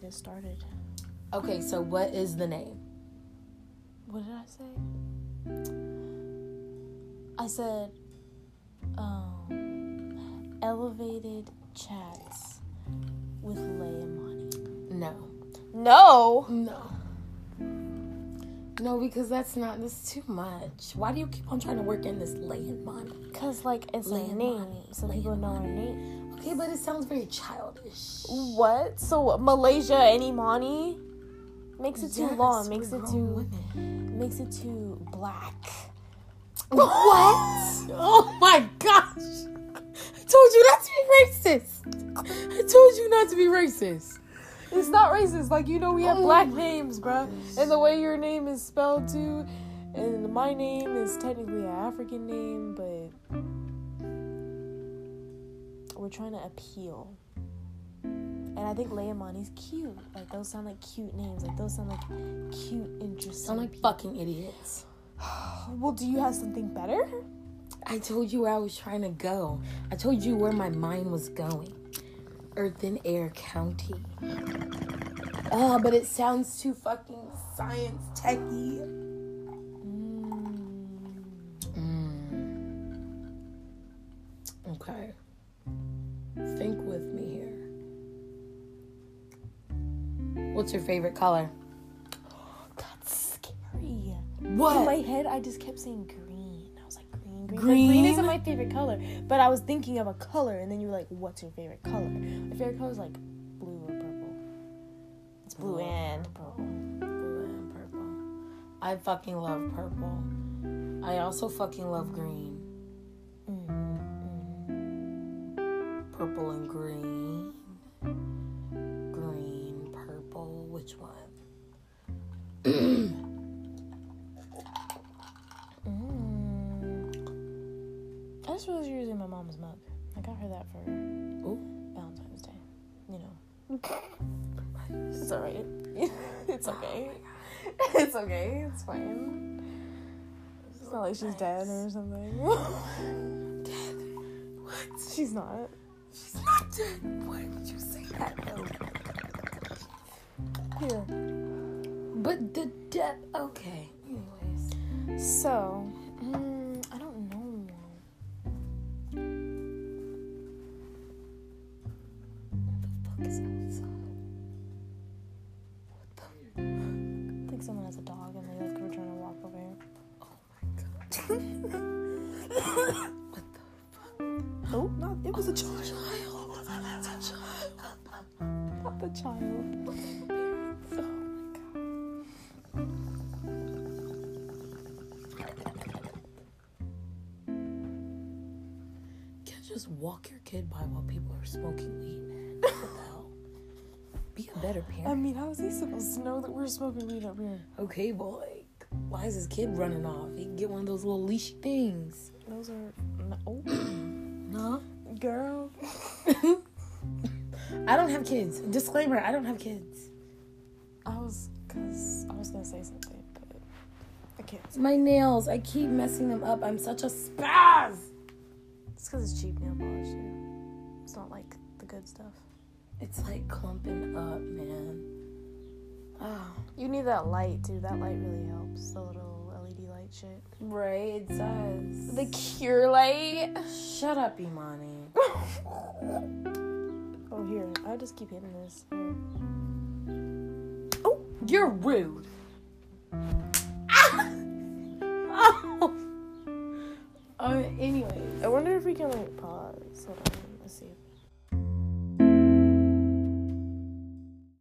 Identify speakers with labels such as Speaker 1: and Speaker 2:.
Speaker 1: get started.
Speaker 2: Okay, so what is the name?
Speaker 1: What did I say? I said, um, elevated chats with Lay and Monty.
Speaker 2: No.
Speaker 1: No.
Speaker 2: No. No, because that's not that's too much. Why do you keep on trying to work in this land Monty?
Speaker 1: Cause like it's
Speaker 2: Lay
Speaker 1: a
Speaker 2: and
Speaker 1: name,
Speaker 2: Monty,
Speaker 1: so
Speaker 2: Lay
Speaker 1: people
Speaker 2: and
Speaker 1: know our name.
Speaker 2: Okay, but it sounds very childish.
Speaker 1: What? So Malaysia and Imani makes it too
Speaker 2: Yes,
Speaker 1: long.
Speaker 2: we're
Speaker 1: Makes it
Speaker 2: grown
Speaker 1: too.
Speaker 2: women.
Speaker 1: Makes it too black.
Speaker 2: What? oh my gosh. I told you not to be racist. I told you not to be racist.
Speaker 1: It's not racist. Like you know, we have
Speaker 2: Oh
Speaker 1: black
Speaker 2: my
Speaker 1: names, bruh.
Speaker 2: gosh.
Speaker 1: And the way your name is spelled too, and my name is technically an African name, but we're trying to appeal. And I think Leimani's cute. Like those sound like cute names. Like those sound like cute, interesting.
Speaker 2: Sound like fucking idiots.
Speaker 1: well, do you have something better?
Speaker 2: I told you where I was trying to go. I told you where my mind was going. Earth and Air County. Oh, but it sounds too fucking science techy.
Speaker 1: Hmm,
Speaker 2: Mm. Okay. Think with me here. What's your favorite color?
Speaker 1: That's scary. In
Speaker 2: What?
Speaker 1: my head, I just kept saying green. I was like, green, green. Green,
Speaker 2: Green?
Speaker 1: green isn't my favorite color, but I was thinking of a color, and then you were like, what's your favorite color? My favorite color is like blue or purple. It's blue and purple.
Speaker 2: Blue and purple. I fucking love purple. I also fucking love green. Purple and green. Green, purple. Which one?
Speaker 1: Mm. I just realized you're using my mom's mug. I got her that for
Speaker 2: Ooh.
Speaker 1: Valentine's Day. You know. it's alright. it's
Speaker 2: Oh
Speaker 1: okay. it's okay. It's fine. It's not like she's dead or something.
Speaker 2: Dead. What?
Speaker 1: she's not.
Speaker 2: She's not dead. Why would you say that? though?
Speaker 1: Here.
Speaker 2: But the death. Okay. Anyways.
Speaker 1: So, mm, I don't know.
Speaker 2: What the fuck is outside? What the?
Speaker 1: I think someone has a dog and they like were trying to walk over here.
Speaker 2: Oh What the?
Speaker 1: Oh, not it was a child.
Speaker 2: Child. It's a child.
Speaker 1: Not the child.
Speaker 2: Oh my god. Can't just walk your kid by while people are smoking weed, man. What the hell? Be a better
Speaker 1: I
Speaker 2: parent.
Speaker 1: mean, how is he supposed to know that we're smoking weed up here?
Speaker 2: Okay, but like, why is this kid running off? He can get one of those little leash things.
Speaker 1: Those are oh. no
Speaker 2: Huh?
Speaker 1: girl.
Speaker 2: I don't have kids. Disclaimer, I don't have kids.
Speaker 1: I was cause I was gonna say something, but I can't.
Speaker 2: My nails, I keep messing them up. I'm such a spaz!
Speaker 1: It's cause it's cheap nail polish. Too. It's not like the good stuff.
Speaker 2: It's like clumping up, man. Oh.
Speaker 1: You need that light, dude. That light really helps. The little LED light shit.
Speaker 2: Right, it does.
Speaker 1: cure light.
Speaker 2: Shut up, Imani.
Speaker 1: Oh here, I just keep hitting this. Here.
Speaker 2: Oh, you're rude. oh. Uh, anyways.
Speaker 1: I wonder if we can like pause. Hold on, let's see. If